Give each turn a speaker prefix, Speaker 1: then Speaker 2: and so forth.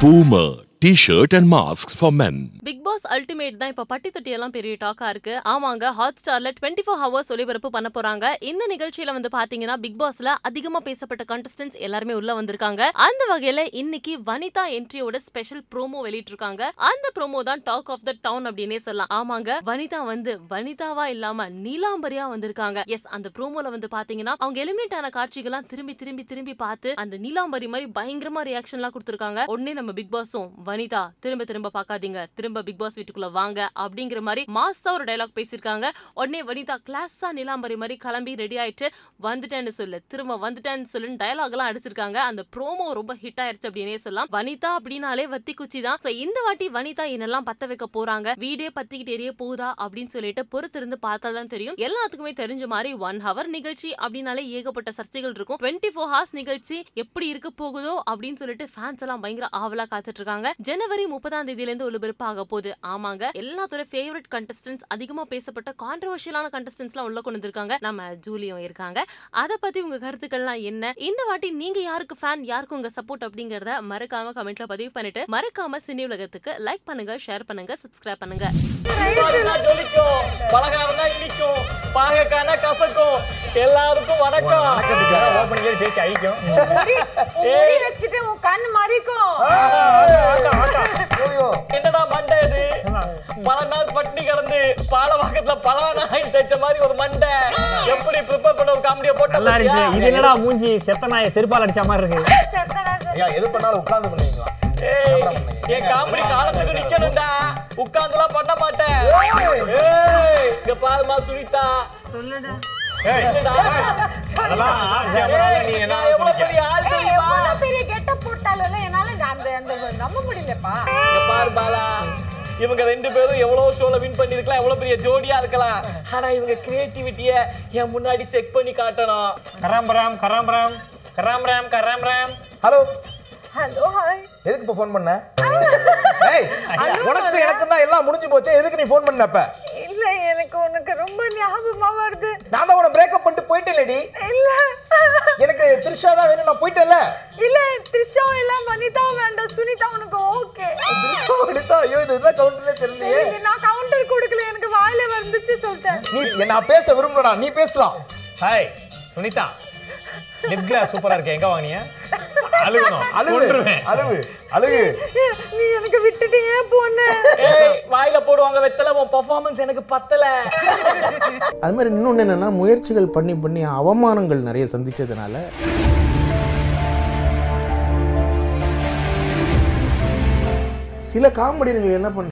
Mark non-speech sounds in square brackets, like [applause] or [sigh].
Speaker 1: Boomer T-shirt and masks for men.
Speaker 2: Bigg Boss ultimate தான் இப்ப பட்டி தொட்டி எல்லாம் பெரிய டாக்கா இருக்கு ஆமாங்க ஹாட் ஸ்டார்ல டுவெண்ட்டி ஃபோர் ஹவர்ஸ் ஒளிபரப்பு பண்ண போறாங்க இந்த நிகழ்ச்சியில வந்து பாத்தீங்கன்னா பிக் பாஸ்ல அதிகமா பேசப்பட்ட கண்டஸ்டன்ஸ் எல்லாருமே உள்ள வந்திருக்காங்க அந்த வகையில இன்னைக்கு வனிதா என்ட்ரியோட ஸ்பெஷல் ப்ரோமோ வெளியிட்டிருக்காங்க அந்த ப்ரோமோ தான் டாக் ஆஃப் த டவுன் அப்படின்னே சொல்லலாம் ஆமாங்க வனிதா வந்து வனிதாவா இல்லாம நீலாம்பரியா வந்திருக்காங்க எஸ் அந்த ப்ரோமோல வந்து பாத்தீங்கன்னா அவங்க எலிமினேட் ஆன காட்சிகள்லாம் திரும்பி திரும்பி திரும்பி பார்த்து அந்த நீலாம்பரி மாதிரி பயங்கரமா ரியாக்ஷன்லாம் எல்லாம் கொடுத்துருக்காங்க உடனே நம்ம பிக் பாஸும் வனிதா திரும்ப திரும்ப பார்க்காதீங்க திரும்ப பிக் பாஸ் வீட்டுக்குள்ள வாங்க அப்படிங்கிற மாதிரி மாசா ஒரு டைலாக் பேசியிருக்காங்க உடனே வனிதா கிளாஸா நிலாம்பரி மாதிரி கிளம்பி ரெடி ஆயிட்டு வந்துட்டேன்னு சொல்லு திரும்ப வந்துட்டேன்னு சொல்லுன்னு டயலாக் எல்லாம் அடிச்சிருக்காங்க அந்த ப்ரோமோ ரொம்ப ஹிட் ஆயிருச்சு அப்படின்னே சொல்லலாம் வனிதா அப்படின்னாலே வத்தி குச்சி தான் சோ இந்த வாட்டி வனிதா என்னெல்லாம் பத்த வைக்க போறாங்க வீடே பத்திக்கிட்டு எரிய போகுதா அப்படின்னு சொல்லிட்டு பொறுத்திருந்து பார்த்தா தான் தெரியும் எல்லாத்துக்குமே தெரிஞ்ச மாதிரி ஒன் ஹவர் நிகழ்ச்சி அப்படின்னாலே ஏகப்பட்ட சர்ச்சைகள் இருக்கும் டுவெண்ட்டி ஃபோர் ஹார்ஸ் நிகழ்ச்சி எப்படி இருக்க போகுதோ அப்படின்னு சொல்லிட்டு ஃபேன்ஸ் எல்லாம் பயங்கர ஆவலா காத்துட்டு இருக்காங்க ஜனவரி முப்பதாம் தேதியில இருந்து ஒளிபரப்பாக போகுது ஆமாங்க எல்லாத்தோட ஃபேவரட் கண்டஸ்டன்ஸ் அதிகமா பேசப்பட்ட கான்ட்ரவர்ஷியலான கண்டஸ்டன்ஸ் எல்லாம் உள்ள கொண்டு வந்திருக்காங்க நம்ம ஜூலியும் இருக்காங்க அதை பத்தி உங்க கருத்துக்கள்லாம் என்ன இந்த வாட்டி நீங்க யாருக்கு ஃபேன் யாருக்கு உங்க சப்போர்ட் அப்படிங்கறத மறக்காம கமெண்ட்ல பதிவு பண்ணிட்டு மறக்காம சினி உலகத்துக்கு லைக் பண்ணுங்க ஷேர் பண்ணுங்க சப்ஸ்கிரைப் பண்ணுங்க
Speaker 3: சூடாடுனா ஜொலிக்கும் பலகாரம்னா இனிக்கும் பாகக்கானா கசக்கும் எல்லாருக்கும் வணக்கம் ஓபன் கேட்டு பேசி அழிக்கும்
Speaker 4: முடி வச்சுட்டு உன் கண் மறிக்கும்
Speaker 3: என்னடா மண்டை இது பல நாள் பட்டினி கிடந்து பாலவாக்கத்துல பல நாள் தைச்ச மாதிரி ஒரு மண்டை எப்படி ப்ரிப்பேர் பண்ண ஒரு காமெடியை போட்டு
Speaker 5: நல்லா இருந்துச்சு இது என்னடா மூஞ்சி செத்த நாய செருப்பால் அடிச்ச மாதிரி இருக்கு
Speaker 6: ஐயா எது பண்ணாலும் உட்கார்ந்து பண்ணுவீங்களா
Speaker 3: என் காமெடி காலத்துக்கு நிக்கணும்டா உட்கார்ந்துலாம் பண்ண மாட்டேன்
Speaker 6: ஏய்.
Speaker 3: ஏய், இங்க பாருமா சுனிதா
Speaker 4: சொல்லுடா
Speaker 3: என்னடா?
Speaker 6: அதெல்லாம் off camera ல நீ என்ன
Speaker 3: நான் எவ்வளவு பெரிய ஆள்
Speaker 4: ஏய்,
Speaker 3: தெரியுமா?
Speaker 4: எவ்வளவு பெரிய கெட்டப் போட்டாலும் என்னால அந்த அந்த நம்ப முடியலப்பா
Speaker 3: இங்க பாரு பாலா இவங்க ரெண்டு பேரும் எவ்வளவு ஷோல வின் பண்ணிருக்கலாம் எவ்வளவு பெரிய ஜோடியா இருக்கலாம் ஆனா இவங்க கிரியேட்டிவிட்டிய என் முன்னாடி செக் பண்ணி காட்டணும்
Speaker 5: கராம்பராம் கராம்பராம் கராம்பராம் கராம்பராம்
Speaker 6: ஹலோ
Speaker 4: ஹலோ ஹாய்
Speaker 6: எதுக்கு இப்போ ஃபோன்
Speaker 4: [laughs]
Speaker 6: பண்ண ஏய் உனக்கு எனக்கு தான் எல்லாம் முடிஞ்சு போச்சே எதுக்கு நீ ஃபோன் பண்ண இப்ப
Speaker 4: இல்ல எனக்கு உனக்கு ரொம்ப ஞாபகமா வருது
Speaker 6: நான் தான் உன பிரேக்கப் பண்ணிட்டு போயிட்டேன் லேடி
Speaker 4: இல்ல
Speaker 6: எனக்கு த்ரிஷா தான் வேணும் நான் போயிட்டேன்ல
Speaker 4: இல்ல த்ரிஷா எல்லாம் வனிதா வேண்டாம் சுனிதா உனக்கு ஓகே
Speaker 6: த்ரிஷா எடுத்தா ஐயோ இது என்ன கவுண்டர்லே தெரியலையே
Speaker 4: நான் கவுண்டர் கொடுக்கல எனக்கு வாயில வந்துச்சு சொல்லிட்டேன்
Speaker 6: நீ நான் பேச விரும்பலடா நீ பேசுறான்
Speaker 3: ஹாய் சுனிதா லிப் கிளாஸ் சூப்பரா இருக்கே எங்க வாங்கினிய அழுகணும்
Speaker 6: அழுகு அழுகு அழுகு
Speaker 4: நீ எனக்கு விட்டுட்டு ஏன் போன
Speaker 3: ஏய் வாயில போடுவாங்க வெத்தல உன் பெர்ஃபார்மன்ஸ் எனக்கு பத்தல
Speaker 7: அது மாதிரி இன்னொன்று என்னென்னா முயற்சிகள் பண்ணி பண்ணி அவமானங்கள் நிறைய சந்திச்சதுனால சில காமெடியர்கள் என்ன பண்ண